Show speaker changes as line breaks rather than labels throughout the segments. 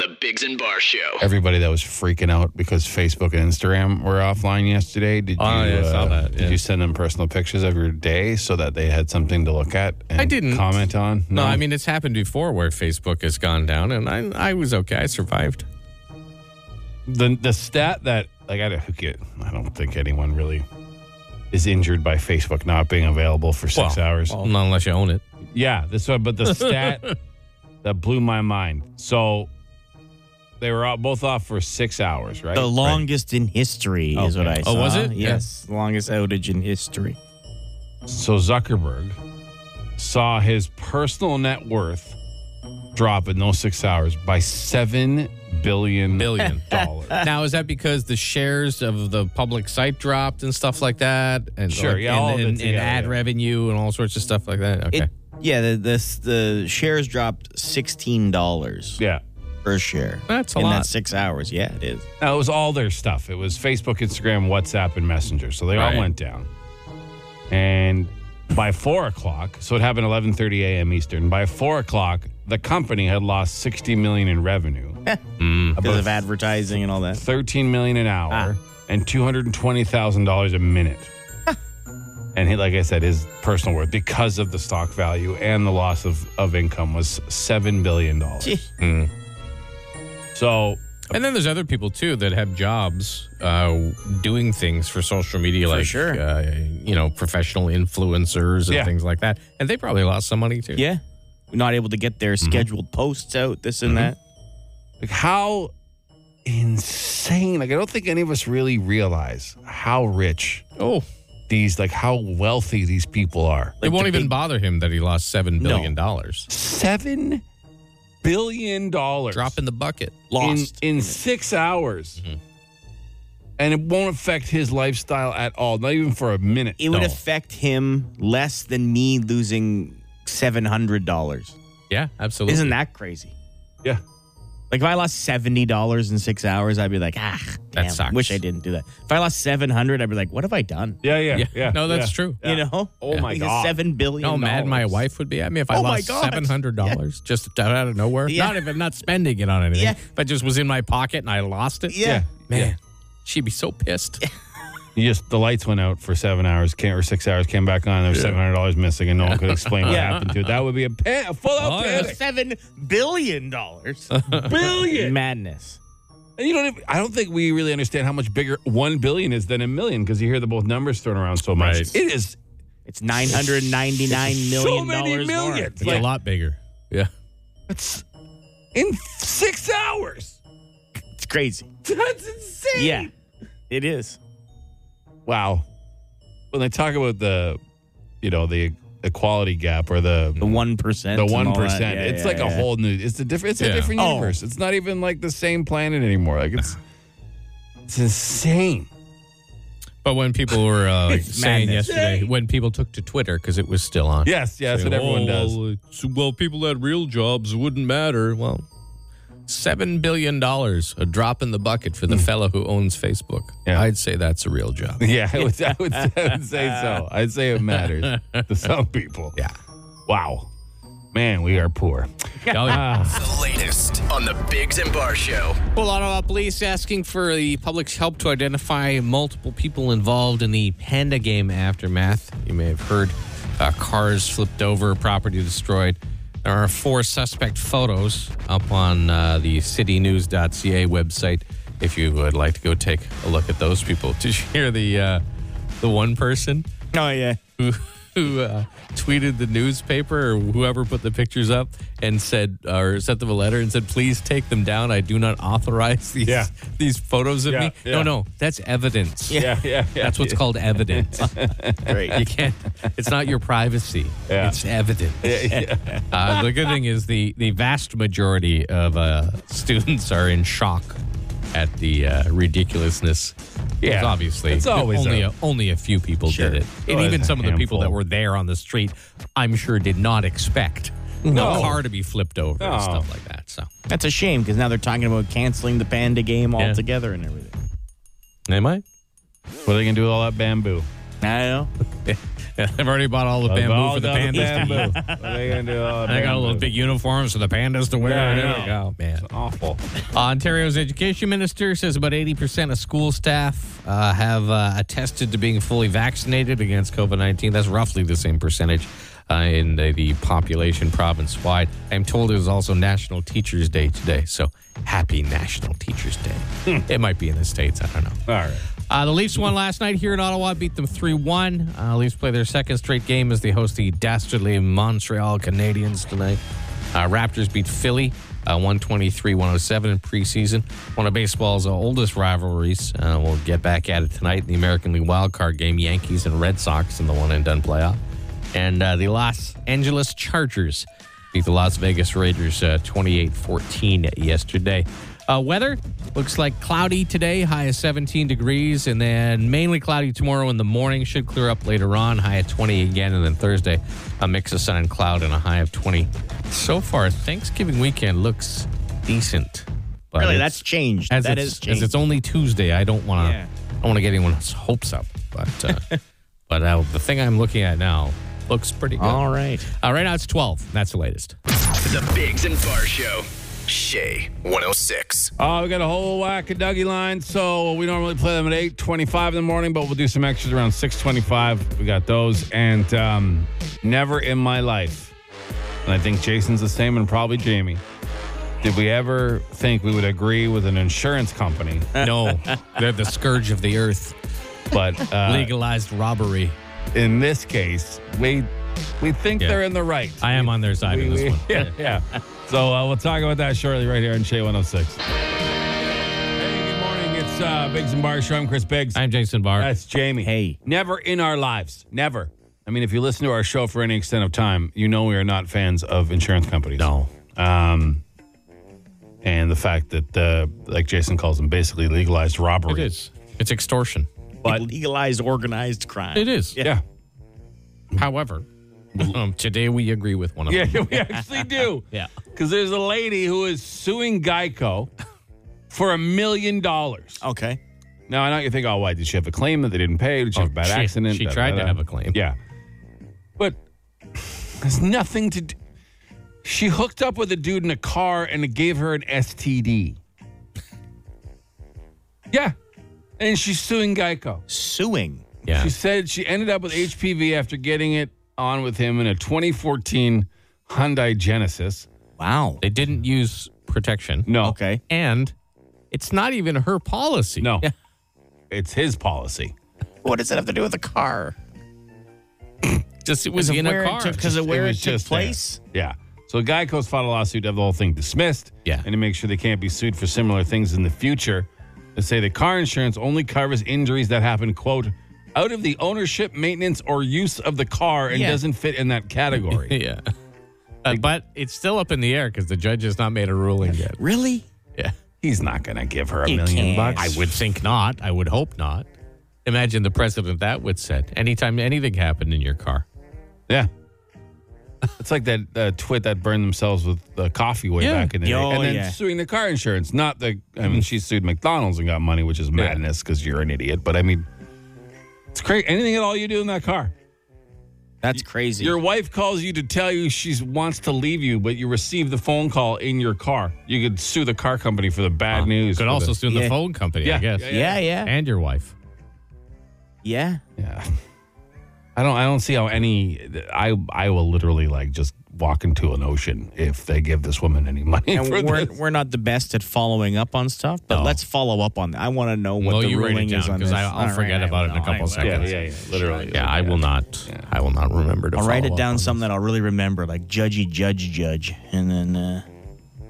The Biggs and Bar Show.
Everybody that was freaking out because Facebook and Instagram were offline yesterday. Did
Oh,
you? uh,
yeah, I saw that,
Did
yeah.
you send them personal pictures of your day so that they had something to look at? And
I didn't.
comment on.
No, I mean it's happened before where Facebook has gone down, and I I was okay. I survived.
the the stat that like I don't get. I don't think anyone really is injured by Facebook not being available for six
Well,
hours.
Well, not unless you own it.
Yeah, this one, but the stat that blew my mind. So they were out, both off for six hours, right?
The
Right.
longest in history is what I saw.
Oh, was it?
Yes, longest outage in history.
So Zuckerberg saw his personal net worth drop in those six hours by seven billion
Billion.
dollars.
now is that because the shares of the public site dropped and stuff like that? And
Sure,
like,
yeah,
and,
all of it
and, and
together,
ad
yeah.
revenue and all sorts of stuff like that. Okay,
It, yeah, the, the the shares dropped sixteen dollars
yeah.
per share.
That's a
in
lot.
that six hours. Yeah, it is.
Now, it was all their stuff. It was Facebook, Instagram, WhatsApp, and Messenger. So they
Right.
all went down. And by four o'clock, so it happened eleven thirty a.m. Eastern. By four o'clock, the company had lost sixty million in revenue,
Because of advertising and all that.
thirteen million an hour, and two hundred and twenty thousand dollars a minute. and he, like I said, his personal worth because of the stock value and the loss of of income was seven billion dollars.
Gee.
So
Hmm. and then there's other people too that have jobs uh, doing things for social media, like
sure.
uh, you know, professional influencers and
Yeah.
things like that, and they probably lost some money too.
Yeah. Not able to get their scheduled posts out, this and that.
Like how insane. Like I don't think any of us really realize how rich
Oh,
these like how wealthy these people are.
it won't
the
even
big-
bother him that he lost seven billion dollars.
7 billion dollars
Drop in the bucket.
in,
Lost. Mm-hmm.
in 6 hours. And it won't affect his lifestyle at all, not even for a minute.
it would
No.
affect him less than me losing seven hundred dollars.
Yeah, absolutely.
Isn't that crazy?
Yeah.
Like if I lost seventy dollars in six hours, I'd be like, ah, damn,
sucks.
Wish I didn't do that. If I lost seven hundred, I'd be like, what have I done?
Yeah, yeah,
Yeah.
yeah.
No, that's
yeah.
true.
You know?
Oh my
Like,
God.
Seven billion.
You know how mad my
dollars.
wife would be at me if I
Oh my
lost
God.
seven hundred dollars just out of nowhere.
Yeah.
Not if I'm not spending it on anything.
Yeah.
If I just was in my pocket and I lost it.
Yeah.
Man. She'd be so pissed.
You just the lights went out for seven hours, came or six hours, came back on. There was seven hundred dollars missing, and no one could explain what
Yeah.
happened to it. That would be a, pan- a full out
Oh, yeah.
panic.
Seven billion dollars.
Billion.
Madness.
And you don't. Even, I don't think we really understand how much bigger one billion is than a million because you hear the both numbers thrown around so much.
Right.
It is
It's nine hundred ninety nine
so
million
many
dollars. more.
millions.
It'd be
Like,
a lot bigger. Yeah.
It's in six hours.
It's crazy.
That's insane.
Yeah, it is.
Wow. When they talk about the, you know, the equality gap or
The
the
one percent.
the one percent, it's like a whole new. It's a different. It's
Yeah.
a different
Oh.
universe. It's not even like the same planet anymore. Like it's, it's insane.
But when people were uh, like, saying
madness.
yesterday, when people took to Twitter because it was still on.
Yes, yes,
Saying,
what everyone
"Oh,
does.
Well, it's- well, people that had real jobs it wouldn't matter. Well, seven billion dollars, a drop in the bucket for the fellow who owns Facebook.
Hmm. Yeah.
I'd say that's a real job.
Yeah, I would, I, would, I would say so. I'd say it matters to some people.
Yeah.
Wow. Man, we are poor.
Oh, yeah.
The latest on the Biggs and Bar Show.
Well, Ottawa police asking for the public's help to identify multiple people involved in the Panda game aftermath. You may have heard uh, cars flipped over, property destroyed. There are four suspect photos up on uh, the citynews.ca website if you would like to go take a look at those people. Did you hear the, uh, the one person?
Oh yeah.
who who uh, tweeted the newspaper or whoever put the pictures up and said or sent them a letter and said, "Please take them down. I do not authorize these
Yeah.
these photos of
Yeah,
me." No,
yeah.
no, that's evidence.
Yeah, yeah, yeah.
That's what's called evidence.
Great.
you can't. It's not your privacy.
Yeah.
It's evidence.
yeah.
Uh, the good thing is the the vast majority of uh, students are in shock at the uh, ridiculousness.
Yeah.
Because obviously,
It's always
only
a-
a, only a few people
Sure.
did it, and
Always
even
a
some of the people
handful.
that were there on the street, I'm sure, did not expect
No.
the car to be flipped over
No.
and stuff like that. So
That's a shame because now they're talking about canceling the Panda game
Yeah.
altogether and everything.
am I?
What are they going to do with all that bamboo?
I don't know.
I've already bought all the bamboo for the pandas. to eat.
what are they gonna do? All the
I got a little
bamboo?
big uniforms for the pandas to wear.
Yeah, I
There we
know.
go, Oh, man.
Awful.
Ontario's education minister says about 80% of school staff uh, have uh, attested to being fully vaccinated against COVID 19. That's roughly the same percentage uh, in the, the population province wide. I'm told it was also National Teachers Day today. So happy National Teachers Day. it might be in the States. I don't know.
All right.
Uh, the Leafs won last night here in Ottawa, beat them 3 1. Uh, Leafs play their second straight game as they host the dastardly Montreal Canadiens tonight. Uh, Raptors beat Philly uh, 123 107 in preseason. One of baseball's oldest rivalries. Uh, we'll get back at it tonight in the American League wildcard game Yankees and Red Sox in the one and done playoff. And uh, the Los Angeles Chargers beat the Las Vegas Raiders 28 14 yesterday. Uh, weather looks like cloudy today, high of 17 degrees, and then mainly cloudy tomorrow in the morning. Should clear up later on, high of 20 again, and then Thursday, a mix of sun and cloud and a high of 20. So far, Thanksgiving weekend looks decent. But
Really,
it's-
that's changed.
as
that
it's,
is changed.
as it's only Tuesday. I don't want to.
Yeah.
I don't want to get anyone's hopes up. But uh, but uh, the thing I'm looking at now looks pretty good.
All right.
Uh, right now it's 12. That's the latest.
The Bigs and Bar Show. Shay 106.
Uh, we got a whole whack of Dougie lines, so we normally play them at 8.25 in the morning, but we'll do some extras around 6.25. We got those. And um, never in my life, and I think Jason's the same and probably Jamie, did we ever think we would agree with an insurance company,
No, they're the scourge of the earth.
but uh,
Legalized robbery.
in this case, we, we think
Yeah.
they're in the right.
I am on their side in
We-
this one.
Yeah, yeah. So uh, we'll talk about that shortly right here on Shea 106. Hey, good morning. It's uh, Biggs and Bar Show. I'm Chris Biggs.
I'm Jason Barr.
That's Jamie.
Hey.
Never in our lives. Never. I mean, if you listen to our show for any extent of time, you know we are not fans of insurance companies.
no.
Um, and the fact that, uh, like Jason calls them, basically legalized robbery.
It is. It's extortion.
But-
legalize organized crime.
It is.
Yeah.
However, um, today we agree with one of
Yeah,
them.
we actually do.
Yeah.
Because there's a lady who is suing Geico for a million dollars.
Okay.
Now I know you think, oh, why did she have a claim that they didn't pay? Did she have a bad
she-
accident?
Oh, she tried to
Da-da-da.
have a claim.
Yeah, but there's nothing to. do. She hooked up with a dude in a car and it gave her an STD. yeah, and she's suing Geico.
Suing.
Yeah.
She said she ended up with HPV after getting it on with him in a 2014 Hyundai Genesis.
Wow.
They didn't use protection.
No,
Okay.
And it's not even her policy.
no, it's his policy.
What does that have to do with a car?
Just it was in a car.
Because of
It
where it
was
took
just there.
place?
Yeah. So Geico's filed a lawsuit to have the whole thing dismissed.
Yeah.
And to make sure they can't be sued for similar things in the future. They say the car insurance only covers injuries that happen, quote, out of the ownership, maintenance, or use of the car and
Yeah.
doesn't fit in that category.
yeah. Uh, but it's still up in the air because the judge has not made a ruling yet.
Really?
Yeah.
He's not going to give her a
He
million
can't.
I
bucks.
would think not. I would hope not. Imagine the precedent that would set anytime anything happened in your car.
Yeah. It's like that uh, twit that burned themselves with the coffee way
Yeah.
back in the day.
Oh,
and then
yeah.
suing the car insurance. Not the, I mean, she sued McDonald's and got money, which is madness because you're an idiot. But I mean, it's crazy. Anything at all you do in that car.
That's crazy.
Your wife calls you to tell you she wants to leave you, but you receive the phone call in your car. You could sue the car company for the bad news.
Could
for
also
the-
sue the
Yeah.
phone company,
Yeah.
I guess.
Yeah,
yeah, yeah.
And your wife.
Yeah.
yeah. I don't. I don't see how any. I I will literally like just walk into an ocean if they give this woman any money.
And
for
we're,
this.
we're not the best at following up on stuff, but let's follow up on that. I want to know what
Well,
the
you write it
ruling is
down
on
because
this.
I'll
All
forget
right,
about it in a
I
couple
will.
seconds.
yeah, yeah, literally.
Yeah, I will not. I will not remember to.
I'll write
follow
it
up
down
on
something that I'll really remember, like judgy, judge, judge. And then, uh,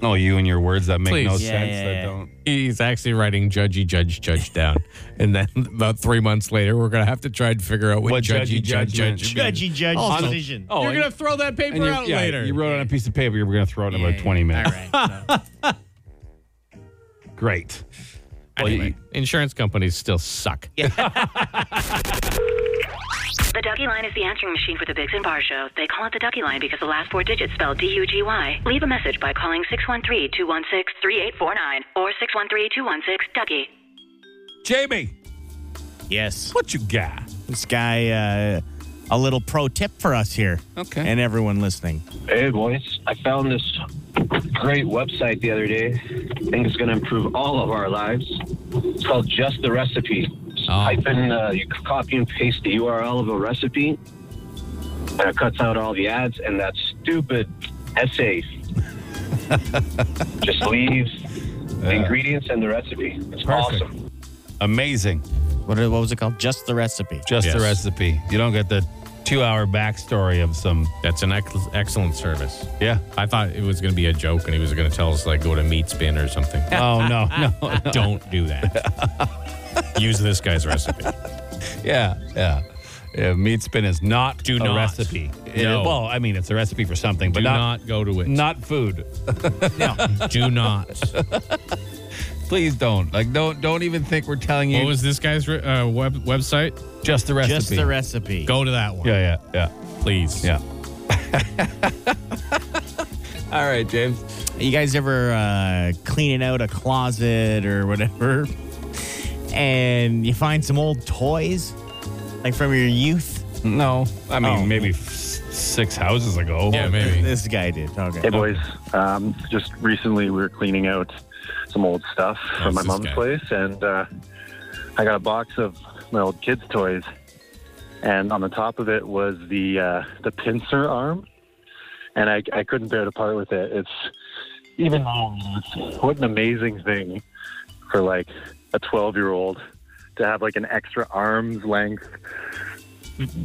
Oh, you and your words that make
Please.
no
Yeah,
sense.
yeah,
that
yeah.
don't.
He's actually writing judgy judge judge down, and then about three months later, we're gonna have to try and figure out what,
What
judgy
judgy
judge
judgment.
judge means.
judgy, judge,
Also-
decision.
Oh,
You're
and-
gonna throw that paper
And you,
out
yeah,
later.
you wrote on a piece of paper. You were going to throw it in about twenty minutes.
All right.
Great. Well, you-
Anyway, insurance companies still suck.
The Ducky Line is the answering machine for the Biggs and Bar Show. They call it the Ducky Line because the last four digits spell D U G Y. Leave a message by calling 613 216 3849 or 613 216 Ducky.
Jamie,
yes.
what you got?
This guy uh, a little pro tip for us here.
Okay.
And everyone listening.
Hey, boys. I found this great website the other day. I think it's going to improve all of our lives. It's called Just the Recipe. Just
Oh.
Type in, uh, you copy and paste the URL of a recipe, and it cuts out all the ads and that stupid essay. Just leaves the ingredients and the recipe. It's
Perfect.
awesome.
Amazing.
What, what was it called? Just the recipe.
Just the
Yes.
recipe. You don't get the two hour backstory of some.
That's an ex- excellent service.
Yeah.
I thought it was going to be a joke and he was going to tell us, like, go to meat spin or something.
Oh, no, no.
Don't do that. Use this guy's recipe.
Yeah, yeah. Yeah, meat spin is not
Do
a
not.
recipe. It-
No.
well, I mean, it's a recipe for something, but
Do
not,
not, go to it.
not food.
no, do not.
Please don't. Like, don't don't even think we're telling you
What was this guy's re- uh, web- website?
just the recipe.
Just the recipe.
Go to that one,
Yeah, yeah,
please.
yeah, yeah. All right, James.
You guys ever uh, cleaning out a closet or whatever, and you find some old toys, like from your youth?
No, I mean
Oh.
maybe f- six houses ago.
Yeah, maybe.
This guy did. Okay.
Hey, boys. Um, just recently, we were cleaning out some old stuff from
Oh,
my
it's this
mom's
guy.
place, and uh, I got a box of my old kids' toys. And on the top of it was the uh, the pincer arm, and I, I couldn't bear to part with it. It's even though it's what an amazing thing for like a twelve year old to have like an extra arm's length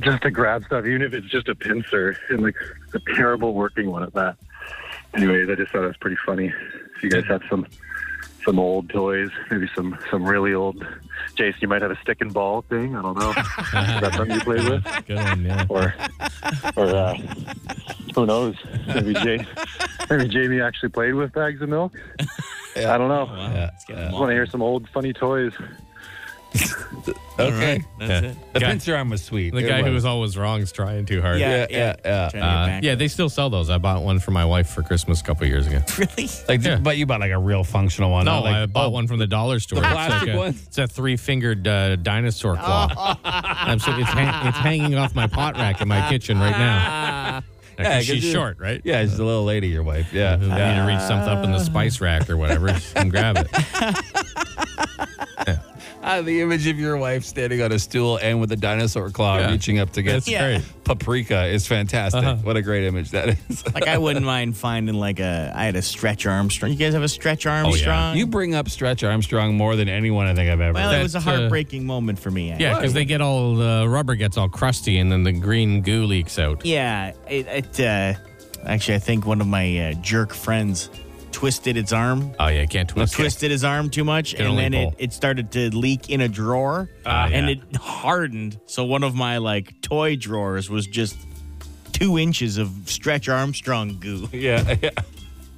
just to grab stuff, even if it's just a pincer and like a terrible working one at that. Anyways, I just thought it was pretty funny. If you guys have some some old toys, maybe some some really old. Jason, you might have a stick and ball thing. I don't know. Is that something you play with?
Good one, yeah.
Or or uh, who knows? Maybe Jay, maybe Jamie actually played with bags of milk. I don't know.
Yeah,
I
yeah.
want to hear some old funny toys.
Okay.
That's
Yeah.
it.
The
Guy-
pincer arm was sweet.
The
It
guy who was always wrong is trying too hard.
Yeah, yeah, yeah.
Trying to get
Uh,
back.
yeah, they still sell those. I bought one for my wife for Christmas a couple years ago.
Really?
like,
Yeah.
but you bought like a real functional one.
No,
not like,
I bought one from the dollar store.
The
It's
plastic
like a,
one?
It's a three-fingered uh, dinosaur claw. I'm so, it's, hang it's hanging off my pot rack in my kitchen right now. Yeah, 'cause
'cause
she's
you-
short, right?
Yeah, she's a little lady, your wife. Yeah,
If you
yeah.
need to reach something up in the spice rack or whatever, she can grab it.
Ah, the image of your wife standing on a stool and with a dinosaur claw
Yeah.
reaching up to get
That's Yeah. great. Uh-huh.
paprika is fantastic. What a great image that is.
Like I wouldn't mind finding like a. I had a stretch Armstrong. You guys have a stretch
Oh,
Armstrong?
you bring up Stretch Armstrong more than anyone I think I've ever.
Well, it was a
That, uh,
heartbreaking moment for me.
Yeah, because they get all the rubber gets all crusty and then the green goo leaks out.
Yeah, it, it uh, actually, I think one of my uh, jerk friends twisted its arm,
Oh yeah, can't twist. it.
twisted his arm too much, and
only
then
pull.
it, it started to leak in a drawer,
Ah,
and
yeah.
it hardened. So one of my like toy drawers was just two inches of Stretch Armstrong goo.
yeah, yeah.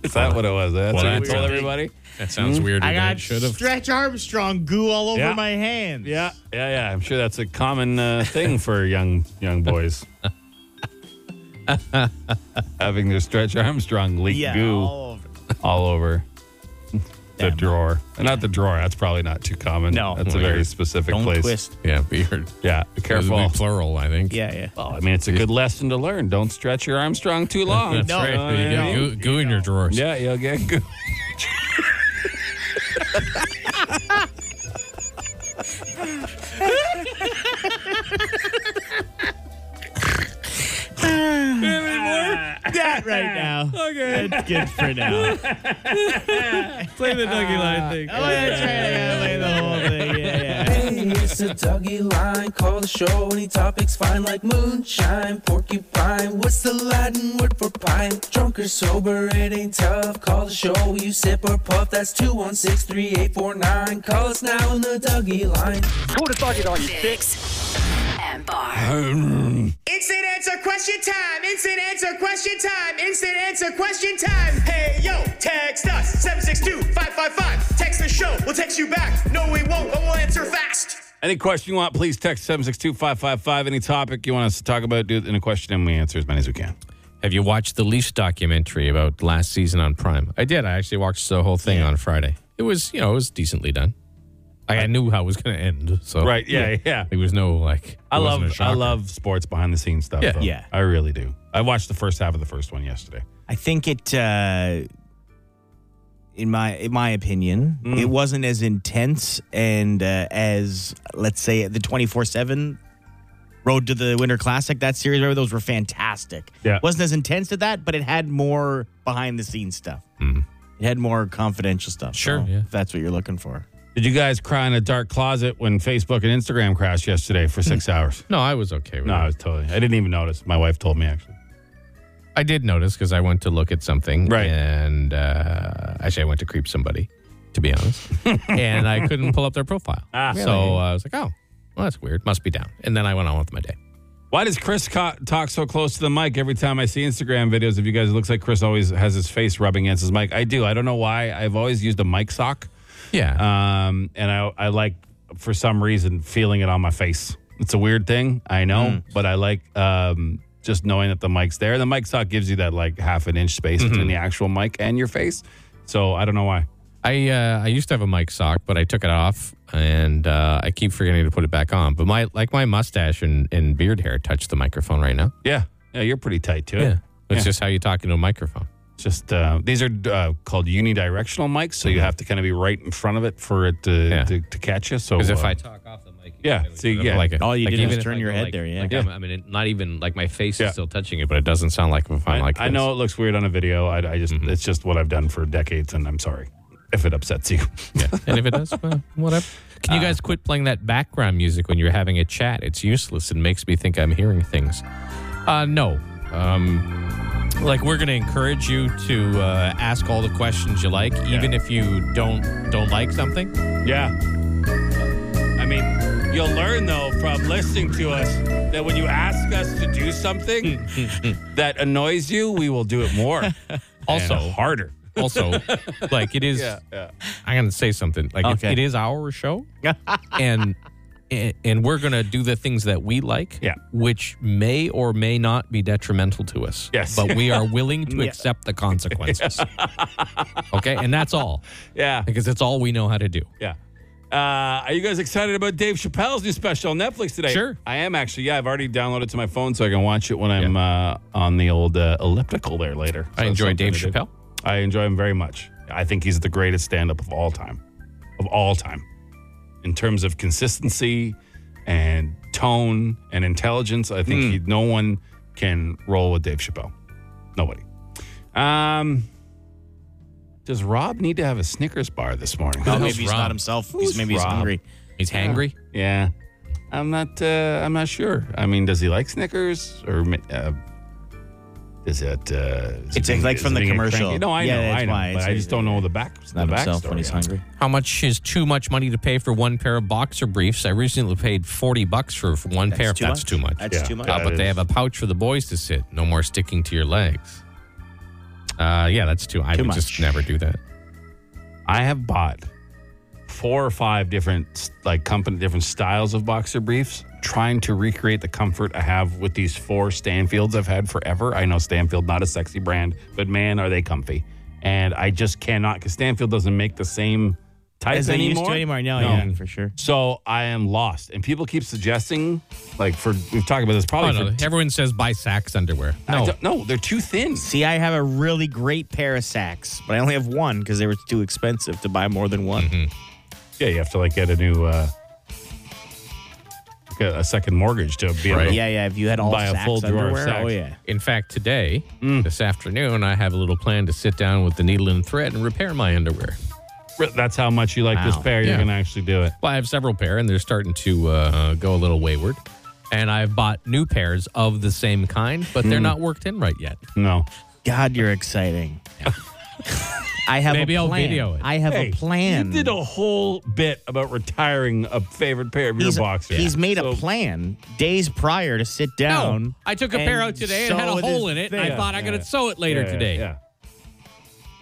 Is that what it was? That's
Well,
what you
that's
told
a-
everybody.
That sounds
Mm-hmm.
weirder
I
than
got
it should have.
Stretch Armstrong goo all over
Yeah.
my hands.
Yeah, yeah, yeah. I'm sure that's a common uh, thing for young young boys. Having their Stretch Armstrong leak
yeah,
goo all,
all over.
over the
Damn.
drawer. Not the drawer. That's probably not too common.
No.
that's a
Well,
very
you're-
specific
Don't
place.
twist.
Yeah, beard.
Yeah,
It
be
would
careful.
be plural, I think.
Yeah, yeah.
Well, I mean, it's a good lesson to learn. Don't stretch your Armstrong too long.
That's
No,
right.
no,
you
no,
get
no.
goo, goo in your drawers.
Yeah, you'll get good.
That right now. okay. That's good for now.
Play the Dougie Line thing.
Oh, that's right. I gotta play the whole thing. Yeah, yeah.
Hey, it's a Dougie line. Call the show. Any topics fine, like moonshine, porcupine. What's the Latin word for pine? Drunk or sober, it ain't tough. Call the show. You sip or puff. That's 216 3849. Call us now on the Dougie line.
Six and bar.
Instant answer question time. Instant answer question time. Instant answer question time. Hey yo, text us 762-555. Text the show. We'll text you back. No, we won't, but we'll answer fast.
Any question you want, please text 762 555. Any topic you want us to talk about, do it in a question, and we answer as many as we can.
Have you watched the Leafs documentary about last season on Prime? I did. I actually watched the whole thing on Friday. It was, you know, it was decently done. Like, I knew how it was going to end. So
Right. Yeah. Yeah.
There was no like.
I
it wasn't a
love I
shocker.
love sports behind the scenes stuff.
Yeah.
though.
Yeah.
I really do. I watched the first half of the first one yesterday.
I think it, uh, in my in my opinion, it wasn't as intense and uh, as let's say the twenty four seven Road to the Winter Classic that series. Remember those were fantastic.
Yeah.
wasn't as intense as that, but it had more behind the scenes stuff. It had more confidential stuff.
Sure,
so
yeah.
if that's what you're looking for.
Did you guys cry in a dark closet when Facebook and Instagram crashed yesterday for six hours?
Hmm. No, I was okay with
No, I
it.
was totally. I didn't even notice. My wife told me actually.
I did notice because I went to look at something.
Right.
And uh, actually, I went to creep somebody, to be honest. and I couldn't pull up their profile.
Ah.
so uh, I was like, oh, well, that's weird. Must be down. And then I went on with my day.
Why does Chris co- talk so close to the mic every time I see Instagram videos of you guys? It looks like Chris always has his face rubbing against his mic. I do. I don't know why. I've always used a mic sock,
Yeah.
um, and I, I like for some reason feeling it on my face. It's a weird thing, I know,
Hmm.
but I like um, just knowing that the mic's there. The mic sock gives you that like half an inch
Mm-hmm.
space between the actual mic and your face. So I don't know why.
I uh, I used to have a mic sock, but I took it off, and uh, I keep forgetting to put it back on. But my like my mustache and, and beard hair touch the microphone right now.
Yeah, yeah, you're pretty tight to it.
That's just how you talk into a microphone.
Just uh, these are uh, called unidirectional mics, so you have to kind of be right in front of it for it to
Mm-hmm. Yeah.
to, to catch you. So
Because if
uh,
I talk off the mic,
Yeah,
it's
see,
sort of
yeah.
like a-
All you
like
did
even
was
if
turn
I
your
go
head
like-
there, yeah.
like
Yeah.
I'm- i mean, it- not even like my face
Yeah.
is still touching it, but it doesn't sound like if I'm like this.
I
Mm-hmm.
know it looks weird on a video. I, I just it's just what I've done for decades, and I'm sorry if it upsets you.
Yeah. and if it does, well, whatever. Can you
Uh,
guys quit playing that background music when you're having a chat? It's useless and makes me think I'm hearing things. Uh, no. Um, like we're going to encourage you to uh, ask all the questions you like, even if you don't don't like something.
yeah, I mean, you'll learn though from listening to us that when you ask us to do
Mm,
something that annoys you, we will do it more, also harder.
Also, like it is.
yeah.
I'm going to say something. Like it-
Okay.
it is our show, and and we're going to do the things that we like,
Yeah.
which may or may not be detrimental to us.
Yes.
but we are willing to
Yeah.
accept the consequences. okay, and that's all
yeah.
because it's all we know how to do.
Yeah. Uh, are you guys excited about Dave Chappelle's new special on Netflix today?
Sure.
I am actually. Yeah, I've already downloaded it to my phone so I can watch it when I'm uh, on the old uh, elliptical there later.
I
So
enjoy
something
Dave
to do.
Chappelle.
I enjoy him very much. I think he's the greatest stand up of all time, of all time, in terms of consistency and tone and intelligence. I think
Hmm.
he, no one can roll with Dave Chappelle. Nobody. Um, does Rob need to have a Snickers bar this morning?
Oh,
hell's
maybe he's
Rob?
not himself.
Who's
he's maybe he's
Rob?
hungry.
He's hangry.
Yeah, I'm not. Uh, I'm not sure. I mean, does he like Snickers or uh, is it? Uh, is
It's
it being-
like
is
from
it
the
being a
commercial.
cranky- No, I
Yeah,
know.
that's
I know.
why.
but I
It's-
just don't know the back. It's
Not
the
himself
backstory
when he's
on it.
hungry.
How much is too much money to pay for one pair of boxer briefs? I recently paid forty bucks for for one pair.
too
That's
much.
too much.
That's
Yeah.
too much.
Yeah,
Uh,
it
but they
is.
have a pouch for the boys to sit. No more sticking to your legs. Uh, yeah, that's too. I
Too
would
much.
just never do that.
I have bought four or five different like company different styles of boxer briefs trying to recreate the comfort i have with these four stanfields i've had forever i know stanfield not a sexy brand but man are they comfy and i just cannot because stanfield doesn't make the same type
As they
anymore,
used to anymore. No, yeah, for sure.
so i am lost and people keep suggesting like for we've talked about this
Oh,
probably
no,
for
everyone says buy Saks underwear.
I
No,
don't- no they're too thin
See, I have a really great pair of sacks, but I only have one because they were too expensive to buy more than one.
yeah you have to like get a new uh like a, a second mortgage to be able to
Yeah, yeah. If you had all
Buy a
sacks
full drawer of
underwear,
Saks.
oh yeah.
in fact, today,
Mm.
this afternoon, I have a little plan to sit down with the needle and thread and repair my underwear.
That's how much you like this
Wow.
pair. You're
Yeah.
gonna actually do it.
Well, I have several pair, and they're starting to uh, go a little wayward. And I've bought new pairs of the same kind, but
Hmm.
they're not worked in right yet.
No,
God, you're exciting. I have
Maybe
a
I'll
plan.
video it.
I have
Hey,
a plan.
You did a whole bit about retiring a favorite pair of
he's,
your boxers.
he's made
So-
a plan days prior to sit down.
I took a pair
and
out today and had a
sew
hole
this
in it.
thing
And I
up.
thought I
Yeah.
could sew it later
Yeah, yeah,
today.
Yeah.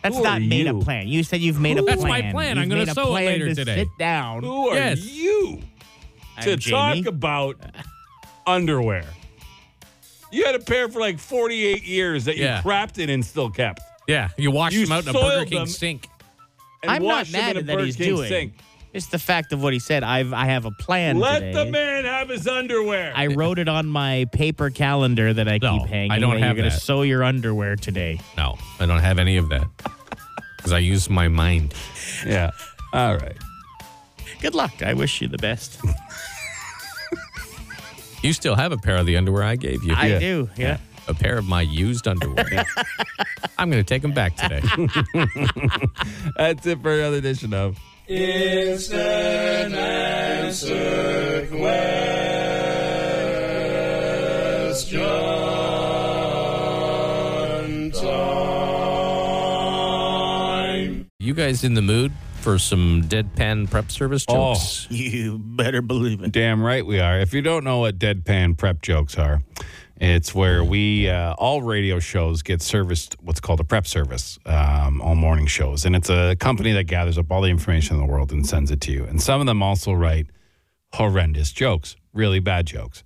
That's
Who are
not made a
you?
plan. You said you've made a plan.
That's my plan. I'm
You've
gonna
made a
sew it
plan
later
to
today.
Sit down.
Who are
Yes.
you
I'm
to
Jamie.
talk about underwear? You had a pair for like 48 years that you
Yeah.
crapped in and still kept.
Yeah, you wash
You
them out in a
soiled
Burger King
them.
sink.
And
I'm not
washed them
mad
in a
at that
Burger
he's
King
doing.
Sink.
Just the fact of what he said. I've I have a plan.
Let
today.
the man have his underwear.
I wrote it on my paper calendar that I
No,
keep hanging.
I don't
that
have
You're gonna
that.
sew your underwear today.
No, I don't have any of that because I use my mind.
yeah. All right.
Good luck. I wish you the best.
You still have a pair of the underwear I gave you.
I do. Yeah.
a pair of my used underwear. I'm going to take them back today.
That's it for another edition of.
You guys in the mood for some deadpan prep service
Oh.
jokes?
You better believe it.
Damn right we are. If you don't know what deadpan prep jokes are, it's where we uh, all radio shows get serviced what's called a prep service, um, all morning shows, and it's a company that gathers up all the information in the world and sends it to you. And some of them also write horrendous jokes, really bad jokes,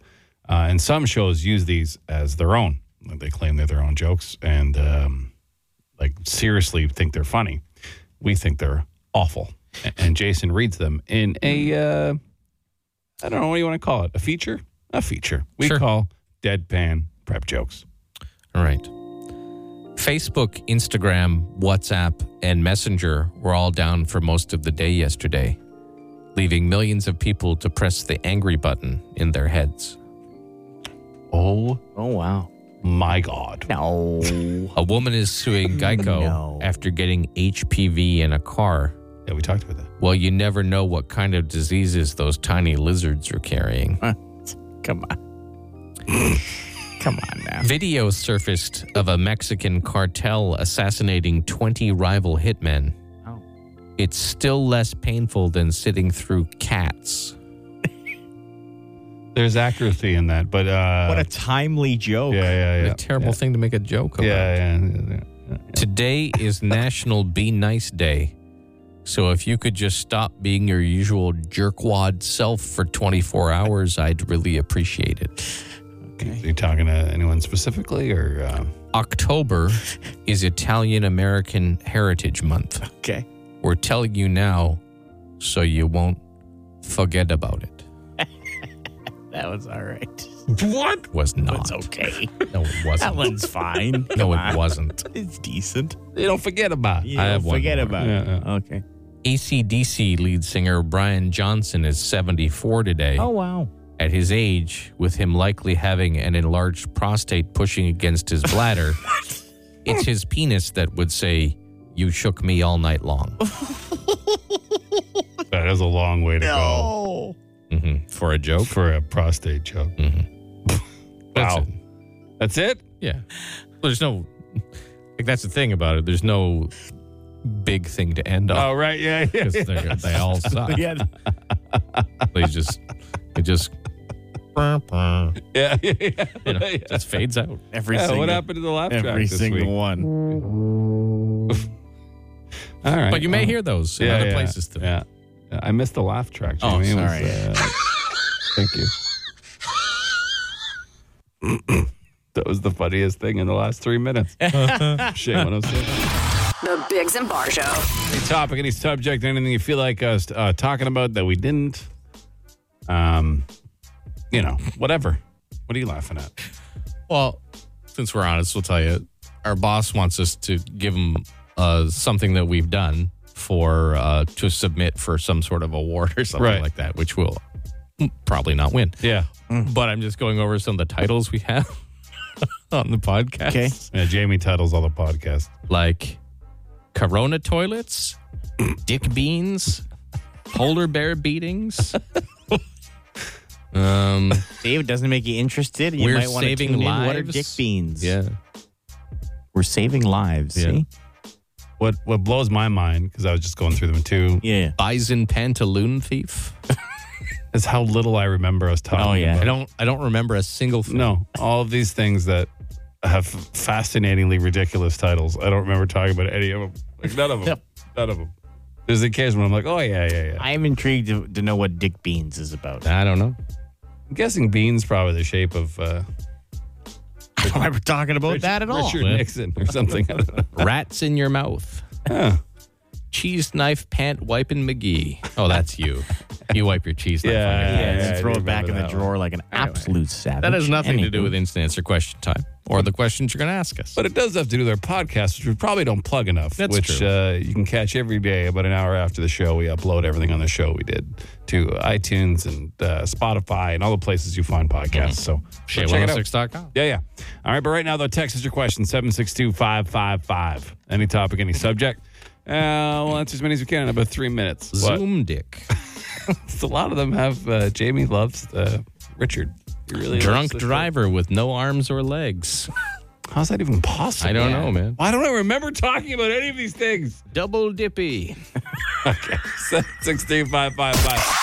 uh, and some shows use these as their own. Like, They claim they're their own jokes, and um, like seriously think they're funny. We think they're awful, A- and Jason reads them in a. Uh, I don't know what do you want to call it. A feature? A feature. We
Sure.
call deadpan prep jokes.
All right. Facebook, Instagram, WhatsApp, and Messenger were all down for most of the day yesterday, leaving millions of people to press the angry button in their heads.
Oh
Oh wow.
my God.
No.
A woman is suing Geico
No.
after getting HPV in a car.
Yeah, we talked about that.
Well, you never know what kind of diseases those tiny lizards are carrying.
Come on. Come on now.
Video surfaced of a Mexican cartel assassinating 20 rival hitmen.
Wow.
It's still less painful than sitting through cats.
There's accuracy in that, but uh,
What a timely joke.
yeah, yeah,
What
yeah,
a terrible thing to make a joke about.
yeah, yeah, yeah, yeah.
Today is National Be Nice Day. So if you could just stop being your usual jerkwad self for 24 hours, I'd really appreciate it.
Are you talking to anyone specifically, or uh,
October is Italian American Heritage Month.
Okay.
We're telling you now so you won't forget about it.
That was all right.
What? Was not.
It's okay.
No, it
That
wasn't.
one's fine.
no,
Come
it
on.
wasn't.
It's decent.
they don't forget about?
You
I
don't
have one
forget
more.
about it.
Yeah,
Okay.
ACDC lead singer Brian Johnson is 74 today.
Oh wow.
At his age, with him likely having an enlarged prostate pushing against his bladder, it's his penis that would say, You shook me all night long
That is a long way to
Oh.
hmm for a
go
joke.
for a prostate joke.
That's
Wow.
it.
That's it.
Yeah. There's no, like, that's the thing about it. There's no big thing to end on.
Oh right, yeah, yeah.
'cause they're- they all suck.
Yeah.
They just, it just, you
yeah, yeah, yeah.
know,
Yeah.
just fades out.
Every
Yeah,
single.
what happened to the laugh track
Every
this
single
week?
one.
All right,
But you may
well.
hear those in other places. Today.
Yeah. Yeah, I missed the laugh track.
Oh,
Jamie. It was,
sorry.
uh, thank you. that was the funniest thing in the last three minutes. Shame 106.
The Biggs and Bar Show.
Any topic, any subject, anything you feel like us uh, talking about that we didn't. Um, you know, whatever. What are you laughing at?
Well, since we're honest, we'll tell you our boss wants us to give him uh, something that we've done for uh, to submit for some sort of award or something
Right.
like that, which we'll probably not win.
Yeah.
But I'm just going over some of the titles we have on the podcast.
Okay.
yeah Jamie titles all the podcast.
Like Corona toilets, dick beans, polar bear beatings. um,
Dave it doesn't make you interested. and You
We're
might want to
saving
tune in. What are
lives.
dick beans?
yeah.
We're saving lives.
Yeah.
See?
What what blows my mind, because I was just going through them too,
Yeah.
Bison pantaloon thief.
is how little I remember us talking
Oh, yeah.
about.
I don't I don't remember a single thing.
No, all of these things that have fascinatingly ridiculous titles. I don't remember talking about any of them. Like none of them. None of them. There's the occasion when I'm like, oh yeah, yeah, yeah.
I'm intrigued to, to know what dick beans is about.
I don't know.
I'm guessing beans probably the shape of uh,
I don't remember talking about that at all.
Richard Nixon or something. I don't know.
Rats in your mouth. cheese knife pant wiping McGee. Oh, that's you. You wipe your cheese knife. on your
Yeah,
pants.
Yeah,
yeah, I
and throw
do
it back in
remember
the
that one.
drawer like an absolute savage.
That has nothing to
Anywho.
do with instant answer question time or the questions you're going to ask us.
But it does have to do with our podcast, which we probably don't plug enough.
That's
which
true.
Uh, you can catch every day, about an hour after the show. We upload everything on the show we did to iTunes and uh, Spotify and all the places you find podcasts.
Mm-hmm.
So, so check it out.
Shay106.com.
Yeah, yeah. All right, but right now, though, text us your question 762 555. Any topic, any subject. Uh, we'll answer as many as we can in about three minutes. But
Zoom dick.
a lot of them have uh, Jamie loves uh, Richard. He really loves
Drunk
this
driver with no arms or legs.
guy. How's that even possible?
I don't know, man.
Why don't I remember talking about any of these things?
Double dippy.
762-555.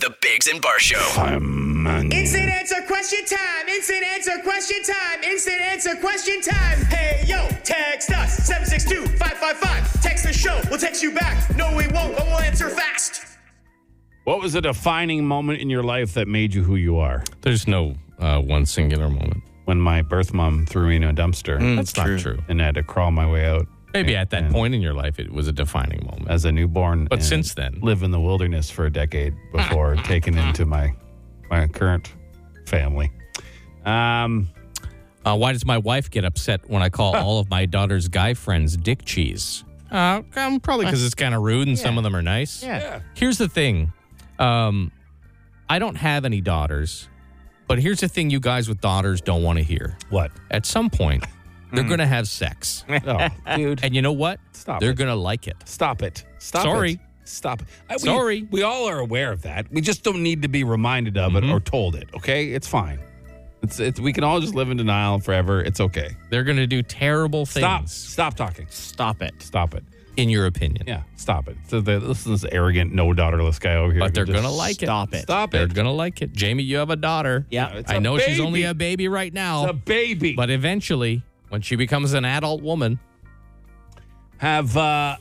The Biggs and Bar Show.
Instant answer question time. Instant answer question time. Instant answer question time. Hey, yo, text us 762 555. Text the show. We'll text you back. No, we won't, but we'll answer fast.
What was a defining moment in your life that made you who you are?
There's no uh, one singular moment.
When my birth mom threw me in a dumpster
That's not Hmm, true.
and I had to crawl my way out
Maybe at that point in your life, it was a defining moment.
as a newborn.
But
and
since then-
live in the wilderness for a decade before taken into my my current family. Um,
Uh, why does my wife get upset when I call all of my daughter's guy friends dick cheese? Uh, um, probably because it's kind of rude and some of them are nice.
Yeah.
Here's the thing um, I don't have any daughters, but here's the thing you guys with daughters don't want to hear.
what?
At some point, they're going to have sex.
Oh, dude,
And you know what?
Stop
They're
it.
going to like it.
stop it! Stop.
Sorry.
It. Stop. it. I- we-
Sorry.
We all are aware of that. We just don't need to be reminded of
Mm-hmm.
it or told it. Okay, it's fine. It's, it's we can all just live in denial forever. It's okay.
They're going to do terrible
Stop.
things,
Stop talking.
Stop it.
Stop it.
in your opinion.
Yeah, stop it. So the, listen, to this arrogant, no daughterless guy over here.
But they're
Just
going to like it.
Stop it.
Stop
They're
it.
going to like it. Jamie, you have a daughter.
Yeah.
It's
I
a
know she's only
baby.
a baby right now.
It's a baby.
But eventually, when she becomes an adult woman,
Have uh,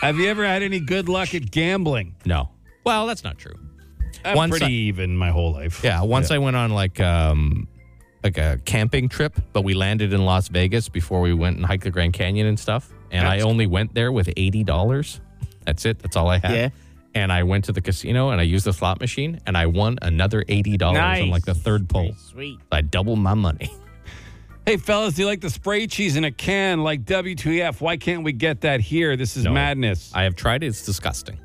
have you ever had any good luck at gambling?
no. Well, that's not true.
I'm
Once
pretty
I-
even my whole life.
Yeah, once I went on like um like a camping trip, but we landed in Las Vegas before we went and hiked the Grand Canyon and stuff. And I only went there with eighty dollars. That's it. That's all I had.
Yeah.
And I went to the casino and I used the slot machine and I won another eighty dollars on
Nice.
like the third pull.
Sweet.
I doubled my money.
Hey fellas, do you like the spray cheese in a can like WTF? Why can't we get that here? This is madness.
I have tried it. It's disgusting.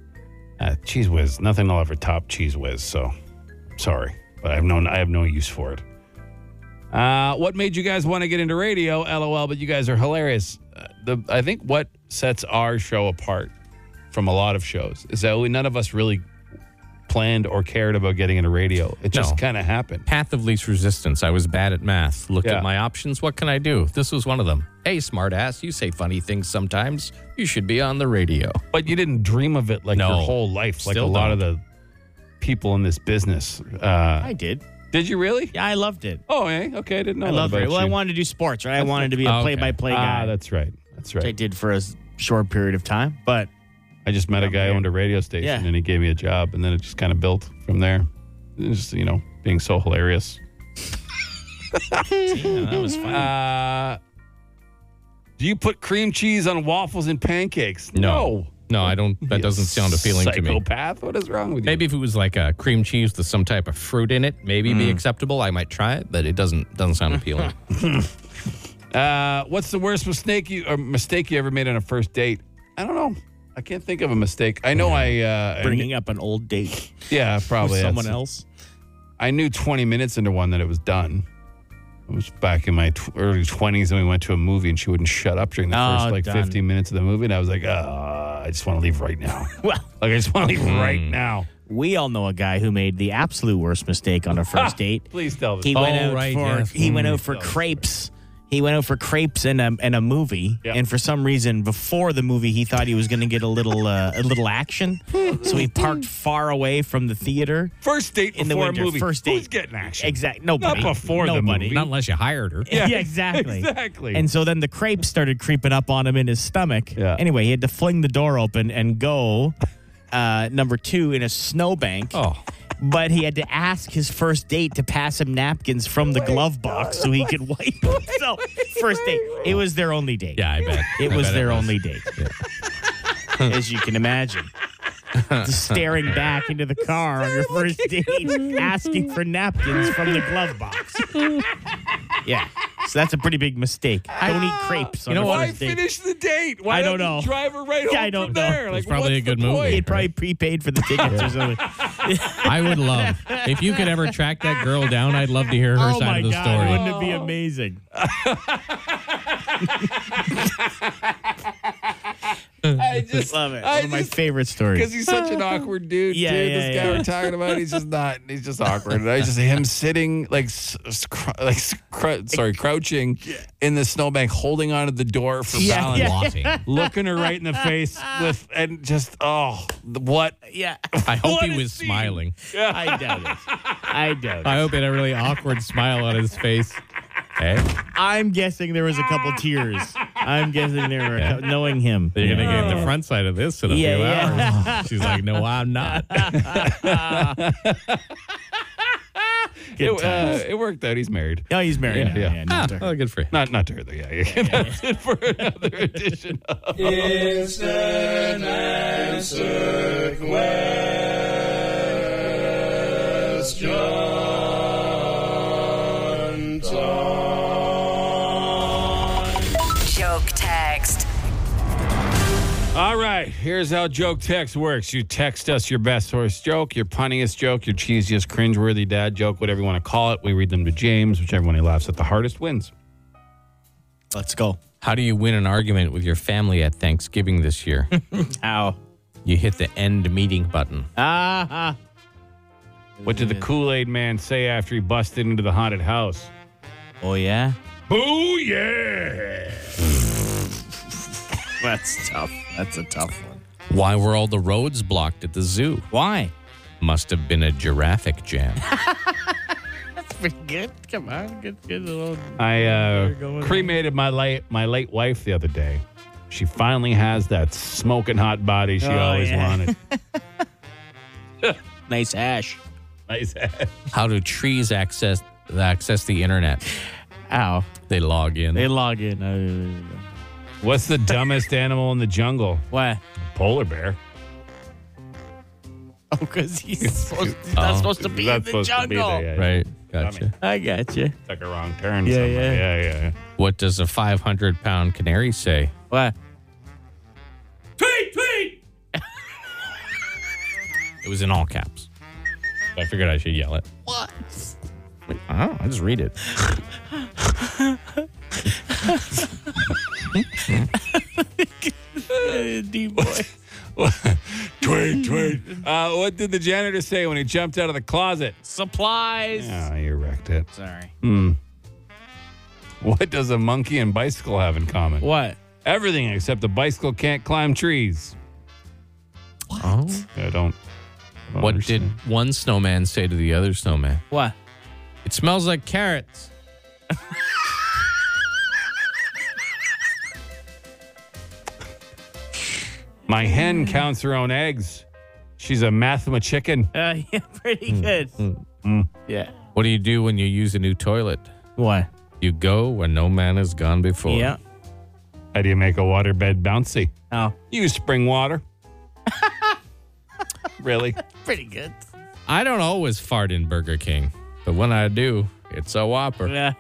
Uh, cheese whiz, nothing will ever top cheese whiz. So sorry, but I have no I have no use for it. Uh, what made you guys want to get into radio? LOL, but you guys are hilarious. Uh, the I think what sets our show apart from a lot of shows is that we, none of us really planned or cared about getting into radio. It just
No.
kind of happened.
Path of least resistance. I was bad at math. Looked
Yeah.
at my options. What can I do? This was one of them. Hey, smartass, you say funny things sometimes. You should be on the radio.
But you didn't dream of it like
No.
your whole life, like
Still
a lot of the people in this business. Uh,
I did.
did you really?
Yeah, I loved it.
Oh, eh? okay. I didn't know.
I
that
loved it.
about
Well, I
you.
wanted to do sports, right? I wanted to be a
Oh, Okay.
play-by-play
Ah,
guy.
that's right. That's
which I
right.
did for a s- short period of time, but
I just met a guy who owned a radio station,
Yeah.
and he gave me a job, and then it just kind of built from there. It's Just you know, being so hilarious.
that was fun.
Uh, do you put cream cheese on waffles and pancakes?
No. No, I don't. That
You
doesn't sound appealing to me.
Psychopath. What is wrong with you?
Maybe if it was like a cream cheese with some type of fruit in it, maybe
Mm.
be acceptable. I might try it, but it doesn't doesn't sound appealing.
Uh, what's the worst mistake you or mistake you ever made on a first date? I don't know. I can't think of a mistake. I know I uh,
Bringing up an old date
yeah,
with
probably
someone
that's-
else.
I knew 20 minutes into one that it was done. It was back in my tw- early 20s, and we went to a movie, and she wouldn't shut up during the
Oh,
first like
done.
15 minutes of the movie, and I was like, uh, I just want to leave right now.
Well,
like I just want to leave
hmm.
right now.
we all know a guy who made the absolute worst mistake on a first date.
Please tell us.
He went
Oh,
out
right,
for
yes.
he
Mm.
went out for
Oh,
crepes. He went out for crepes and a and a movie,
Yeah.
and for some reason, before the movie, he thought he was going to get a little uh, a little action. So he parked far away from the theater.
first date
in the
before
winter,
a movie.
first
Who's
date.
getting action?
Exact. Nobody.
Not before the
Nobody.
movie.
Not unless you hired her.
Yeah, exactly.
exactly.
And so then the crepes started creeping up on him in his stomach.
Yeah.
Anyway, he had to fling the door open and go uh, number two in a snowbank.
Oh,
But he had to ask his first date to pass him napkins from the glove box so he could wipe himself. First date. It was their only date.
yeah, I bet.
It
I
was
bet
their only date. as you can imagine. Just staring back into the car on your first date, asking for napkins from the glove box. Yeah. So that's a pretty big mistake. Don't eat crepes
Ah. You
on
know
your
why
first date.
finish the date? Why
I don't
not just
know.
Drive her right
Yeah,
home
I don't
from
know.
there.
It's
like,
probably
what's
a good
the
move.
point?
He'd probably prepaid for the tickets or something.
I would love if you could ever track that girl down. I'd love to hear her
oh
side
my
of the
God,
story.
Wouldn't it be amazing?
I just
Love it.
I
One of my
just-
favorite stories.
Because he's such an awkward dude,
Yeah,
dude.
yeah,
this guy
yeah.
we're talking about, he's just not. He's just awkward. And I just him sitting like, s- s- cr- like s- cr- sorry, crouching in the snowbank, holding onto the door for
Yeah,
balance,
yeah.
Flossy.
looking her right in the face with, and just oh, th- what?
Yeah.
I hope
What
he
a
was
scene.
smiling.
I doubt it. I doubt it.
I hope he had a really awkward smile on his face. Okay.
I'm guessing there was a couple tears. I'm guessing there were, a cou- knowing him. Oh.
You're
Yeah.
gonna get the front side of this in a
Yeah,
few
yeah.
hours. She's like, no, I'm not.
It, uh, it worked out. He's married.
No, Oh, he's married.
Yeah,
now.
yeah.
no, sorry.
Oh, good for him.
Not not to her though. Yeah, yeah. That's it for another edition. Of-
Joke text.
All right, here's how joke text works. You text us your best horse joke, your punniest joke, your cheesiest cringeworthy dad joke, whatever you want to call it. We read them to James, whichever one he laughs at the hardest wins.
Let's go.
How do you win an argument with your family at Thanksgiving this year?
Ow.
you hit the end meeting button.
Ah, ah.
What did the Kool Aid man say after he busted into the haunted house?
Oh, yeah?
Boo yeah!
That's tough. That's a tough one.
Why were all the roads blocked at the zoo?
Why?
Must have been a giraffic jam.
Good. Come on. Good, good little.
I
going.
uh, cremated my late my late wife the other day. She finally has that smoking hot body she
Oh,
always
yeah.
wanted.
Nice ash.
nice ass.
How do trees access access the internet?
Ow.
They log in.
They log in. Uh,
What's the dumbest animal in the jungle?
why?
Polar bear.
Oh, because he's supposed, he's not supposed to be
That's
in the
supposed to be
jungle.
there, yeah, yeah.
Oh, right. Gotcha.
I got you.
Took a wrong turn.
Yeah,
somewhere.
yeah.
yeah, yeah, yeah.
What does a 500 pound canary say?
What?
It was in all caps. I figured I should yell it. What? I don't know. I just read it.
D boy.
tweet, tweet. Uh, what did the janitor say when he jumped out of the closet?
Supplies.
Oh, you wrecked it.
Sorry.
What does a monkey and bicycle have in common?
What?
Everything except the bicycle can't climb trees.
Oh.
I don't. I don't
What did
understand.
one snowman say to the other snowman?
What?
It smells like carrots.
my hen counts her own eggs? She's a mathema chicken.
Uh, yeah, pretty good. Yeah.
What do you do when you use a new toilet?
What?
You go where no man has gone before.
Yeah.
How do you make a waterbed bouncy?
Oh,
Use spring water. really?
pretty good.
I don't always fart in Burger King, but when I do, it's a whopper.
Yeah.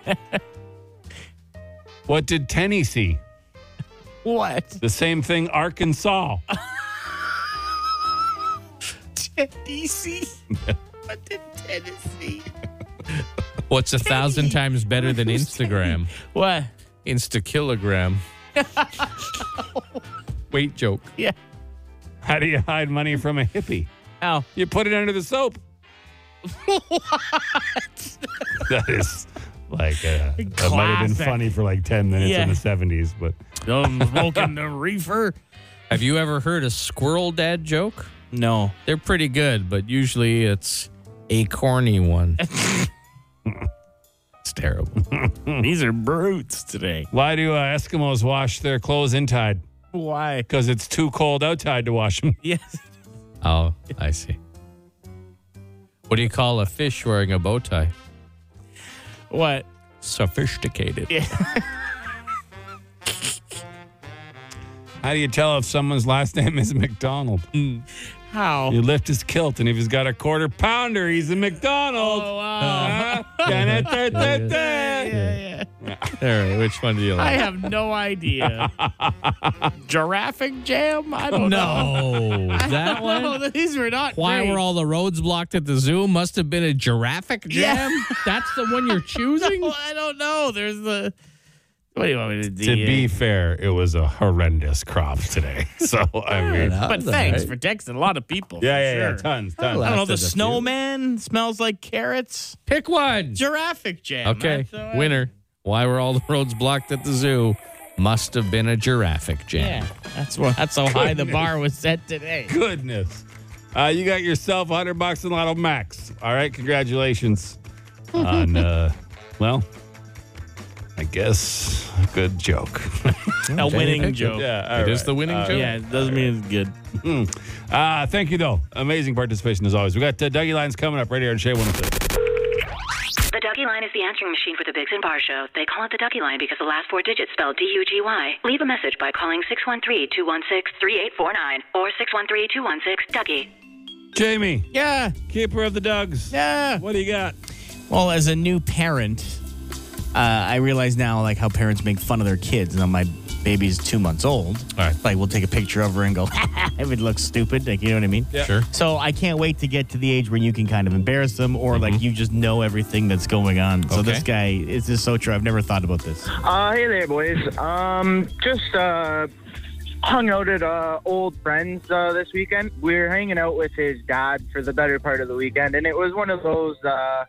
What did Tennessee?
what?
The same thing Arkansas.
DC? what did Tennessee?
What's a thousand times better than Instagram?
What?
Insta kilogram. Wait, joke.
Yeah.
How do you hide money from a hippie?
Ow.
You put it under the soap. what? that is like uh, that might have been
Classic.
funny for like ten minutes
Yeah.
in the seventies, but
I'm smoking the reefer.
Have you ever heard a squirrel dad joke?
No.
They're pretty good, but usually it's a corny one. it's terrible.
These are brutes today.
why do uh, Eskimos wash their clothes inside?
Why?
Because it's too cold outside to wash them.
Yes.
Oh, I see. What do you call a fish wearing a bow tie?
What?
Sophisticated.
How do you tell if someone's last name is McDonald?
How?
You lift his kilt, and if he's got a quarter pounder, he's a McDonald.
Oh,
Uh-huh.
wow.
Huh? Da-da-da-da-da.
All right, which one do you
I
like?
have no idea. Giraffic jam? I don't know.
No, that one.
No, these were not.
Why
great.
were all the roads blocked at the zoo? Must have been a giraffic jam. That's the one you're choosing.
Well, I don't know. There's the. What do you want me to do?
To be fair, it was a horrendous crop today. So I mean, yeah,
But thanks for texting a lot of people. for
yeah, yeah,
sure.
tons, tons.
I don't know.
Lasted a
The
few.
snowman smells like carrots.
Pick one.
Giraffic jam.
Okay,
That's all right.
winner. Why were all the roads blocked at the zoo? Must have been a giraffic jam.
Yeah, that's what. That's how high the bar was set today.
Goodness. Uh, you got yourself 100 bucks in Lotto Max. All right, congratulations on, uh, well, I guess a good joke.
A winning joke.
yeah, all
It is
right.
the
Uh,
winning joke.
Yeah, it doesn't mean it's good.
Uh, thank you, though. Amazing participation as always. We got uh, Dougie Lines coming up right here on Shea 106.
The Dougie line is the answering machine for the Biggs and Bar Show. They call it the Dougie line because the last four digits spell D U G Y. Leave a message by calling 613 216 3849 or 613 216 Dougie.
Jamie,
Yeah.
keeper of the Dugs.
Yeah.
What do you got?
Well, as a new parent, uh, I realize now like how parents make fun of their kids. Now my baby's two months old.
All right.
Like we'll take a picture of her and go, it would look stupid. Like you know what I mean?
Yeah. Sure.
So I can't wait to get to the age where you can kind of embarrass them or
Mm-hmm.
like you just know everything that's going on. So
Okay.
this guy is just so true. I've never thought about this.
Uh, hey there, boys. Um, just uh, hung out at uh, old friends uh, this weekend. We were hanging out with his dad for the better part of the weekend, and it was one of those, uh,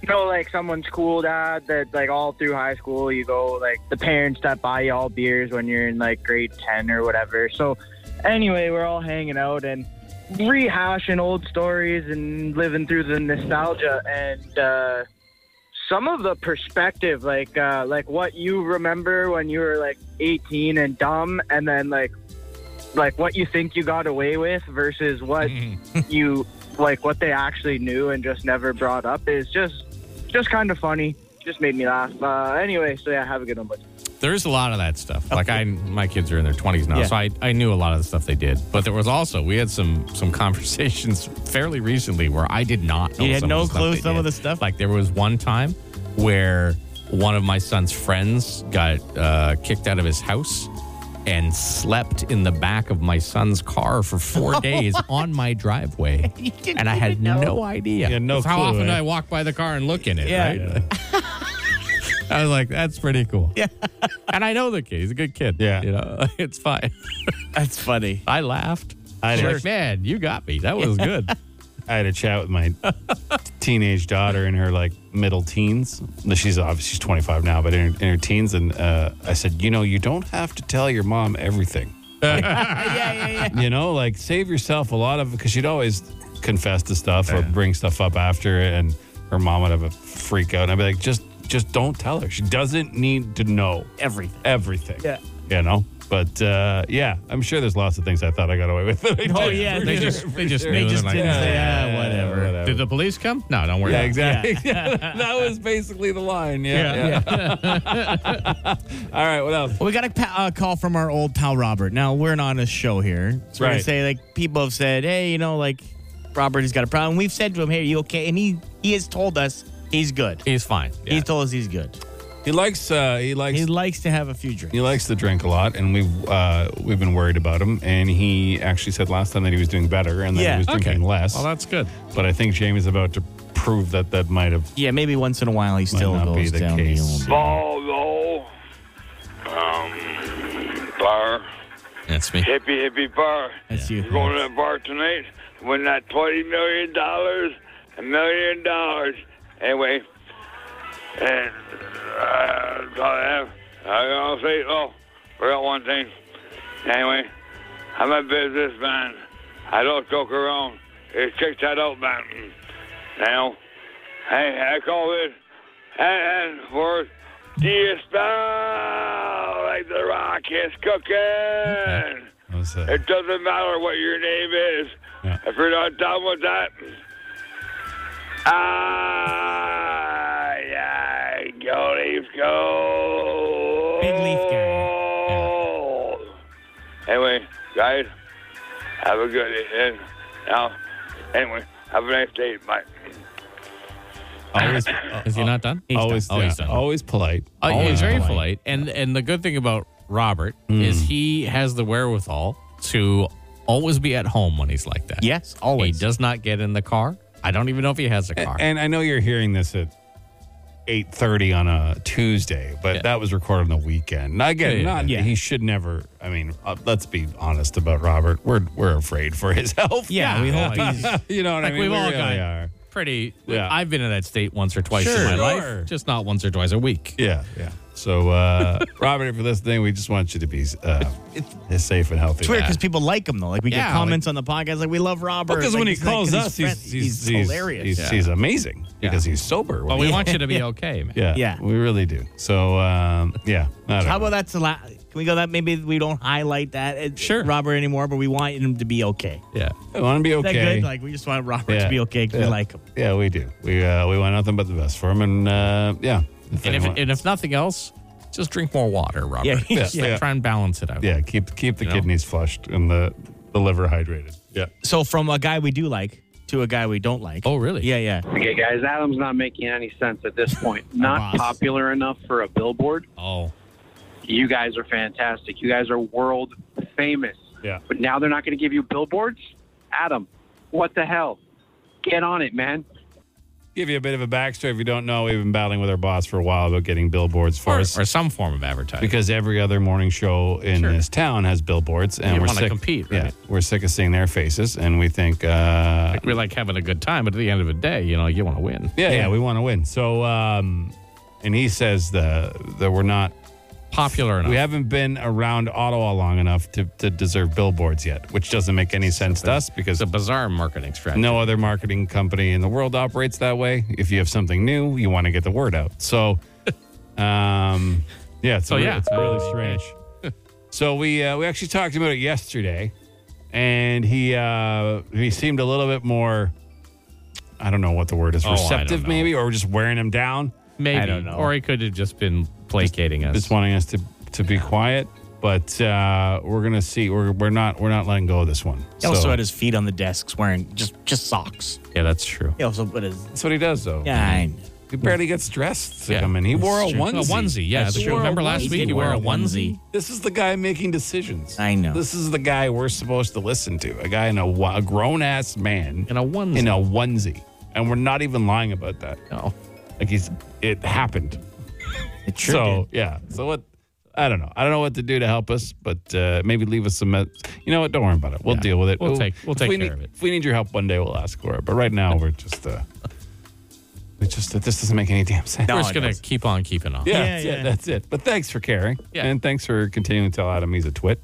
you know, like someone's cool dad that, like, all through high school, you go, like, the parents that buy you all beers when you're in, like, grade 10 or whatever. So, anyway, we're all hanging out and rehashing old stories and living through the nostalgia, and, uh, some of the perspective, like uh, like what you remember when you were like 18 and dumb, and then like like what you think you got away with versus what you like what they actually knew and just never brought up is just just kind of funny. Just made me laugh. Uh, anyway, so yeah, have a good one, boys.
There's a lot of that stuff. Like I, my kids are in their 20s now, so I, I knew a lot of the stuff they did. But there was also we had some some conversations fairly recently where I did not. Know
You had
some
no
of the stuff
clue
they
some of
did.
the stuff?
Like there was one time where one of my son's friends got uh, kicked out of his house and slept in the back of my son's car for four days on my driveway, and I had no idea.
You had no
'Cause how
clue,
often do
eh?
I walk by the car and look in it?
Yeah.
Right? I was like, that's pretty cool. Yeah. and I know the kid. He's a good kid.
Yeah.
You know, it's fine.
That's funny.
I laughed. I
did.
was like, man, you got me. That was good.
I had a chat with my teenage daughter in her like middle teens. She's obviously she's 25 now, but in her, in her teens, and uh, I said, you know, you don't have to tell your mom everything. yeah, yeah, yeah. You know, like save yourself a lot of because she'd always confess to stuff or bring stuff up after, and her mom would have a freak out, and I'd be like, just just don't tell her. She doesn't need to know
Everything.
everything. Yeah, you know. But uh, yeah, I'm sure there's lots of things I thought I got away with.
Oh, yeah.
they just they just knew.
They
They're
just
like,
didn't say, ah, whatever.
Did the police come? No, don't worry.
Yeah,
about it.
exactly. that was basically the line. Yeah. yeah. All right. What else?
Well, we got a pa- uh, call from our old pal Robert. Now we're an honest show here, so we're gonna
Right.
say like people have said, hey, you know, like Robert has got a problem. We've said to him, hey, are you okay? And he he has told us he's good.
He's fine. Yeah.
He's told us he's good.
He likes. Uh, he likes.
He likes to have a few drinks.
he likes to drink a lot, and we've uh, we've been worried about him. And he actually said last time that he was doing better, and that
Yeah,
he was drinking less.
Well, that's good.
but I think Jamie's about to prove that that might have
Yeah, maybe once in a while he still
might not be
goes
the
down the
case.
old.
Although,
Oh,
um, bar,
That's me.
hippie, hippie bar.
That's
You
you.
going to that bar tonight, win that $20 million, a million dollars. Anyway, and uh, that's all I have. I don't say, oh, forgot one thing. Anyway, I'm a businessman. I don't joke around. It's kick that out mountain. Now, hey, I call it and word. Do you smell like the rock is cooking?
That was, uh,
It doesn't matter what your name is.
Yeah.
If you're not done with that, ah, yeah, go Leafs, go.
Big Leaf guy.
Yeah. Anyway, guys, have a good and now anyway, have a nice day. Bye.
Always,
Is he not done?
always,
done. Oh, he's
yeah,
done.
always polite.
Uh,
always
he's very polite. And and the good thing about Robert is he has the wherewithal to always be at home when he's like that.
Yes,
He
always.
does not get in the car. I don't even know if he has a car.
And I know you're hearing this at 8:30 on a Tuesday, but that was recorded on the weekend. Now, again,
Yeah,
not
yeah.
he should never. I mean, uh, let's be honest about Robert. We're we're afraid for his health.
Yeah, we hope he's.
you know what
like
I mean.
we've
We
all
really
got
are.
pretty.
Yeah.
I've been in that state once or twice in
Sure.
my
Sure.
life, just not once or twice a week.
Yeah, yeah. So, uh, Robert, if you're listening, we just want you to be uh, safe and healthy.
Twitter because people like him though. Like we
Yeah,
get comments on the podcast like we love Robert.
because
Like,
when he
he's like-
calls
'cause
us,
friend-
he's, he's, he's
hilarious.
He's,
Yeah.
he's amazing because he's sober.
But we want you to be okay, man.
yeah,
Yeah.
we really do. So, um, yeah. I don't
How
know.
about that's the last? Can we go that maybe we don't highlight that at
Sure.
Robert anymore, but we want him to be okay.
Yeah.
I want to be
Is
okay.
that good? Like we just want Robert to be okay because
yeah.
we like him.
Yeah, we do. We uh, we want nothing but the best for him, and uh, yeah. If
And if,
anyone-
and if nothing else, just drink more water, Robert.
Yeah, yeah.
Just like,
Yeah.
try and balance it out.
yeah, keep keep the
You know?
kidneys flushed and the the liver hydrated. Yeah.
So from a guy we do like to a guy we don't like.
Oh, really?
Yeah, yeah.
Okay, guys, Adam's not making any sense at this point. Not popular enough for a billboard.
Oh.
You guys are fantastic. You guys are world famous.
Yeah.
But now they're not going to give you billboards? Adam, what the hell? Get on it, man.
Give you a bit of a backstory if you don't know. We've been battling with our boss for a while about getting billboards for
Or,
us
or some form of advertising.
because every other morning show in this town has billboards, and
You
we're
wanna
sick.
compete,
Yeah,
right?
we're sick of seeing their faces, and we think. Uh,
we like having a good time, but at the end of the day, you know, you want to win.
yeah, yeah, we want to win. So, um, and he says the that we're not
Popular enough.
We haven't been around Ottawa long enough to, to deserve billboards yet, which doesn't make any sense to us because
it's a bizarre marketing strategy.
no other marketing company in the world operates that way. If you have something new, you want to get the word out. So, um, yeah, it's,
So,
re-
yeah.
it's really strange. so we uh, we actually talked about it yesterday, and he uh, he seemed a little bit more. I don't know what the word is,
Oh, I don't
receptive
know.
maybe, or just wearing him down.
Maybe.
I don't know.
Or he could have just been placating us.
just wanting us to to be quiet. But uh, we're gonna see. We're we're not we're not letting go of this one.
He also had his feet on the desks wearing just just socks.
yeah, that's true.
He also put his
that's what he does though.
yeah. I know.
he barely gets dressed to
Yeah.
come in. He wore a
true.
onesie.
A onesie, yeah.
That's
That's
true.
true. Remember last
He
week
did
you wore a onesie?
This is the guy making decisions.
I know.
This is the guy we're supposed to listen to. A guy in a, wa- a grown ass man
In a onesie.
in a onesie, and we're not even lying about that.
No.
Like he's it happened.
It sure
so
did.
yeah. So what? I don't know. I don't know what to do to help us, but uh, maybe leave us some. You know what? Don't worry about it. We'll deal with it.
We'll take- we'll
if
take
we
care
need-
of it.
If we need your help one day, we'll ask for it. But right now, we're just uh, we just this doesn't make any damn sense.
We're
No,
just
it
going to
doesn't.
keep on keeping on.
Yeah,
Yeah,
that's
yeah.
it. That's it. But thanks for caring.
Yeah.
And thanks for continuing to tell Adam he's a twit.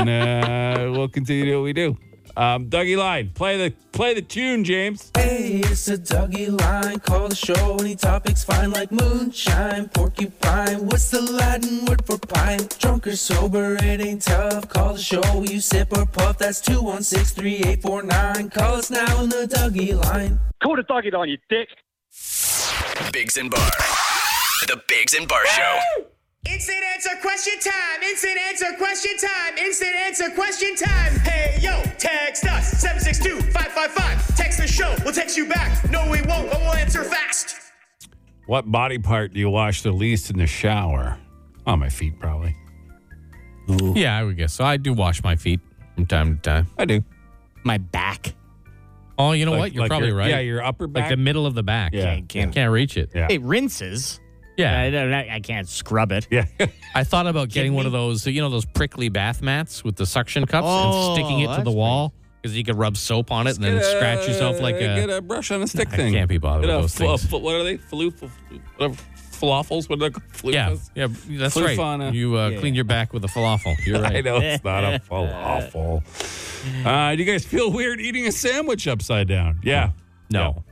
uh, we'll continue to do what we do. Um, Dougie Line, play the play the tune, James.
Hey, it's a Dougie line. Call the show. Any topics fine like moonshine, porcupine. What's the Latin word for pine? Drunk or sober, it ain't tough. Call the show. You sip or puff. That's 216 3849. Call us now on the Dougie line.
Coda dog it on you, dick.
Biggs and Bar. The Biggs and Bar Show.
Instant answer question time. Instant answer question time. Instant answer question time. Hey yo, text us 762-555. Text the show. We'll text you back. No, we won't, but we'll answer fast.
What body part do you wash the least in the shower? Oh, my feet probably.
Yeah, I would guess. So I do wash my feet from time to time.
I do.
My back.
Oh, you know
Like-
what? You're
like
probably
your-
right.
Yeah, your upper back.
like the middle of the back.
Yeah.
Can't, can't- can't reach it.
Yeah.
It rinses.
Yeah.
I, don't, I can't scrub it.
yeah.
I thought about getting one of those, you know, those prickly bath mats with the suction cups
Oh,
and sticking it to
that's
the wall because you could rub soap on it and then scratch yourself like
get
a.
a brush on a stick
I
thing.
can't be bothered
Get
with
a
those
fl-
things.
fl- what are they? Flu- fl- whatever. Falafels? What are they called? Flufas?
Yeah, yeah, that's
Floof
right.
on a-
you uh, clean your back with a falafel. You're right.
I know it's not a falafel. Uh, do you guys feel weird eating a sandwich upside down? Yeah.
No.
Yeah.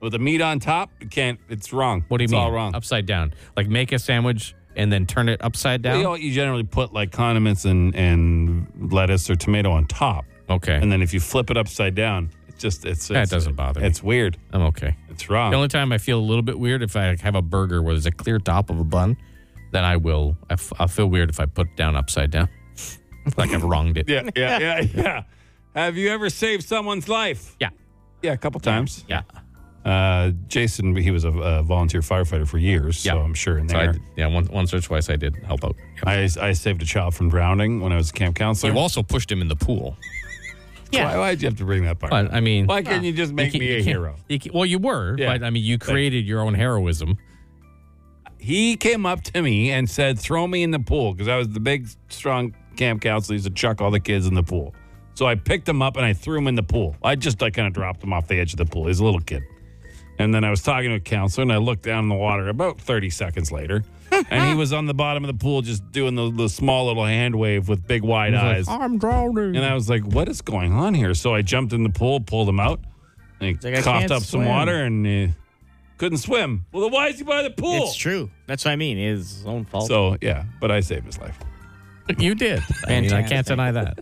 With the meat on top, you can't. It's wrong.
What do you
it's
mean?
all wrong.
Upside down. Like make a sandwich and then turn it upside
You,
down?
know, you generally put like condiments and, and lettuce or tomato on top,
okay.
and then if you flip it upside down, it's just it's,
That
it's-
doesn't bother me.
It's weird.
I'm okay.
It's wrong.
The only time I feel a little bit weird if I have a burger where there's a clear top of a bun, then I will. I f- I'll feel weird if I put it down upside down. like I've wronged it.
Yeah, yeah, yeah, yeah. Have you ever saved someone's life?
Yeah.
Yeah, a couple times.
Yeah.
Uh, Jason, he was a, a volunteer firefighter for years, so
Yeah.
I'm sure in
So I
there.
did- yeah, once, once or twice I did help out. Yeah.
I, I saved a child from drowning when I was a camp counselor.
You also pushed him in the pool.
Why, why'd you have to bring that part?
But I mean,
Why couldn't you just make
can't-
me a
can't-
hero?
you can't- well, you were,
Yeah.
but I mean, you created your own heroism.
He came up to me and said, "Throw me in the pool," because I was the big, strong camp counselor. He used to chuck all the kids in the pool. So I picked him up and I threw him in the pool. I just I kind of dropped him off the edge of the pool. He's a little kid. And then I was talking to a counselor and I looked down in the water about 30 seconds later. and he was on the bottom of the pool just doing the, the small little hand wave with big wide eyes.
I'm drowning.
And I was like, what is going on here? So I jumped in the pool, pulled him out, and he
like, I
coughed
can't
up some
swim.
water and uh, couldn't swim. Well, then why is he by the pool?
It's true. That's what I mean. It's his own fault.
So, yeah, but I saved his life.
You did. I mean, I can't deny that.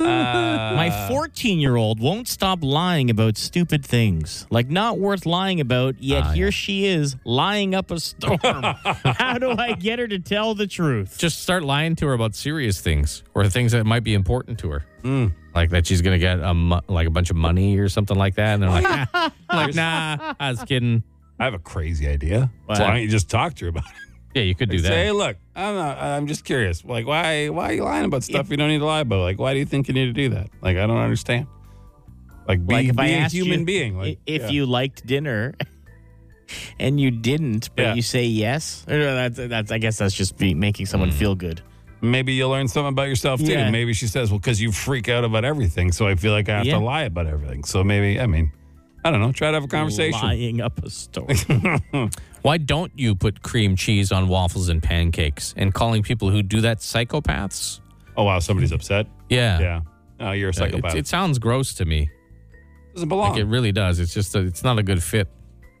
Uh.
My 14 year old won't stop lying about stupid things, like not worth lying about, yet
Ah,
here
yeah.
she is lying up a storm. How do I get her to tell the truth?
Just start lying to her about serious things or things that might be important to her,
Hmm.
like that she's gonna get a mo- like a bunch of money or something like that. And I'm like, "Ah." I'm like, nah, I was kidding.
I have a crazy idea. So why don't you just talk to her about it?
Yeah, you could do
Say, hey,
that.
look, I'm not, I'm just curious. Like, why why are you lying about stuff you don't need to lie about? Like, why do you think you need to do that? Like, I don't understand. Like, be,
like if
be
I
a
asked
human
you
being.
i-
Like,
if
yeah.
you liked dinner and you didn't, but
Yeah.
you say yes, or no, that's, that's, I guess that's just be making someone
Mm.
feel good.
maybe you'll learn something about yourself too.
Yeah.
Maybe she says, "Well, because you freak out about everything, so I feel like I have
Yeah.
to lie about everything." So maybe, I mean, I don't know. Try to have a conversation.
Lying up a storm.
Why don't you put cream cheese on waffles and pancakes? And calling people who do that psychopaths?
Oh wow, somebody's upset.
Yeah,
Yeah, oh, you're
Uh,
a
it's-
psychopath.
It, sounds gross to me.
doesn't belong.
Like it really does. It's just a, it's not a good fit.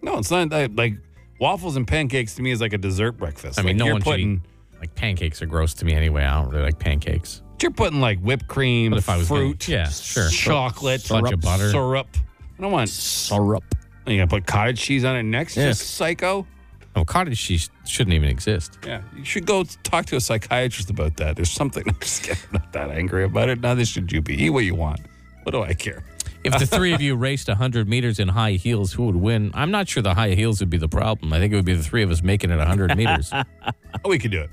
no, it's not I- like waffles and pancakes to me is like a dessert breakfast.
I mean,
Like,
no
you're
one should
putting
eat- Like pancakes are gross to me anyway. I don't really like pancakes.
you're putting like whipped cream,
But if I was gonna-
fruit,
yeah, sure.
chocolate,
Bunch of
syrup,
butter.
syrup. I don't want syrup. You gonna put cottage cheese on it next? Just psycho.
Oh, cottage cheese shouldn't even exist.
Yeah, you should go talk to a psychiatrist about that. There's something. I'm just kidding. I'm not that angry about it. Neither should you be. Eat what you want. What do I care?
If the three of you raced 100 meters in high heels, who would win? I'm not sure the high heels would be the problem. I think it would be the three of us making it 100 meters.
Oh, we could do it.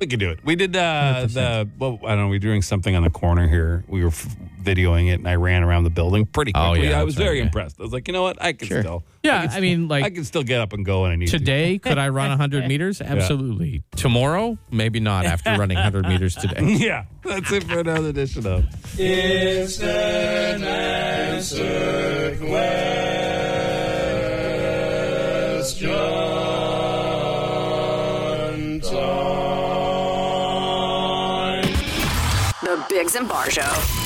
We could do it. We did uh, the. Well, I don't know. We were doing something on the corner here. We were f- videoing it, and I ran around the building pretty
Oh,
quickly.
yeah,
I was
that's right,
very
yeah.
impressed. I was like, you know what? I can still.
Yeah, I mean,
I
like
can still get up and go when I need to.
today, could I run 100 meters? Absolutely. Tomorrow, maybe not after running 100 meters today.
Yeah, that's it for another edition of.
The Biggs and Bar Show.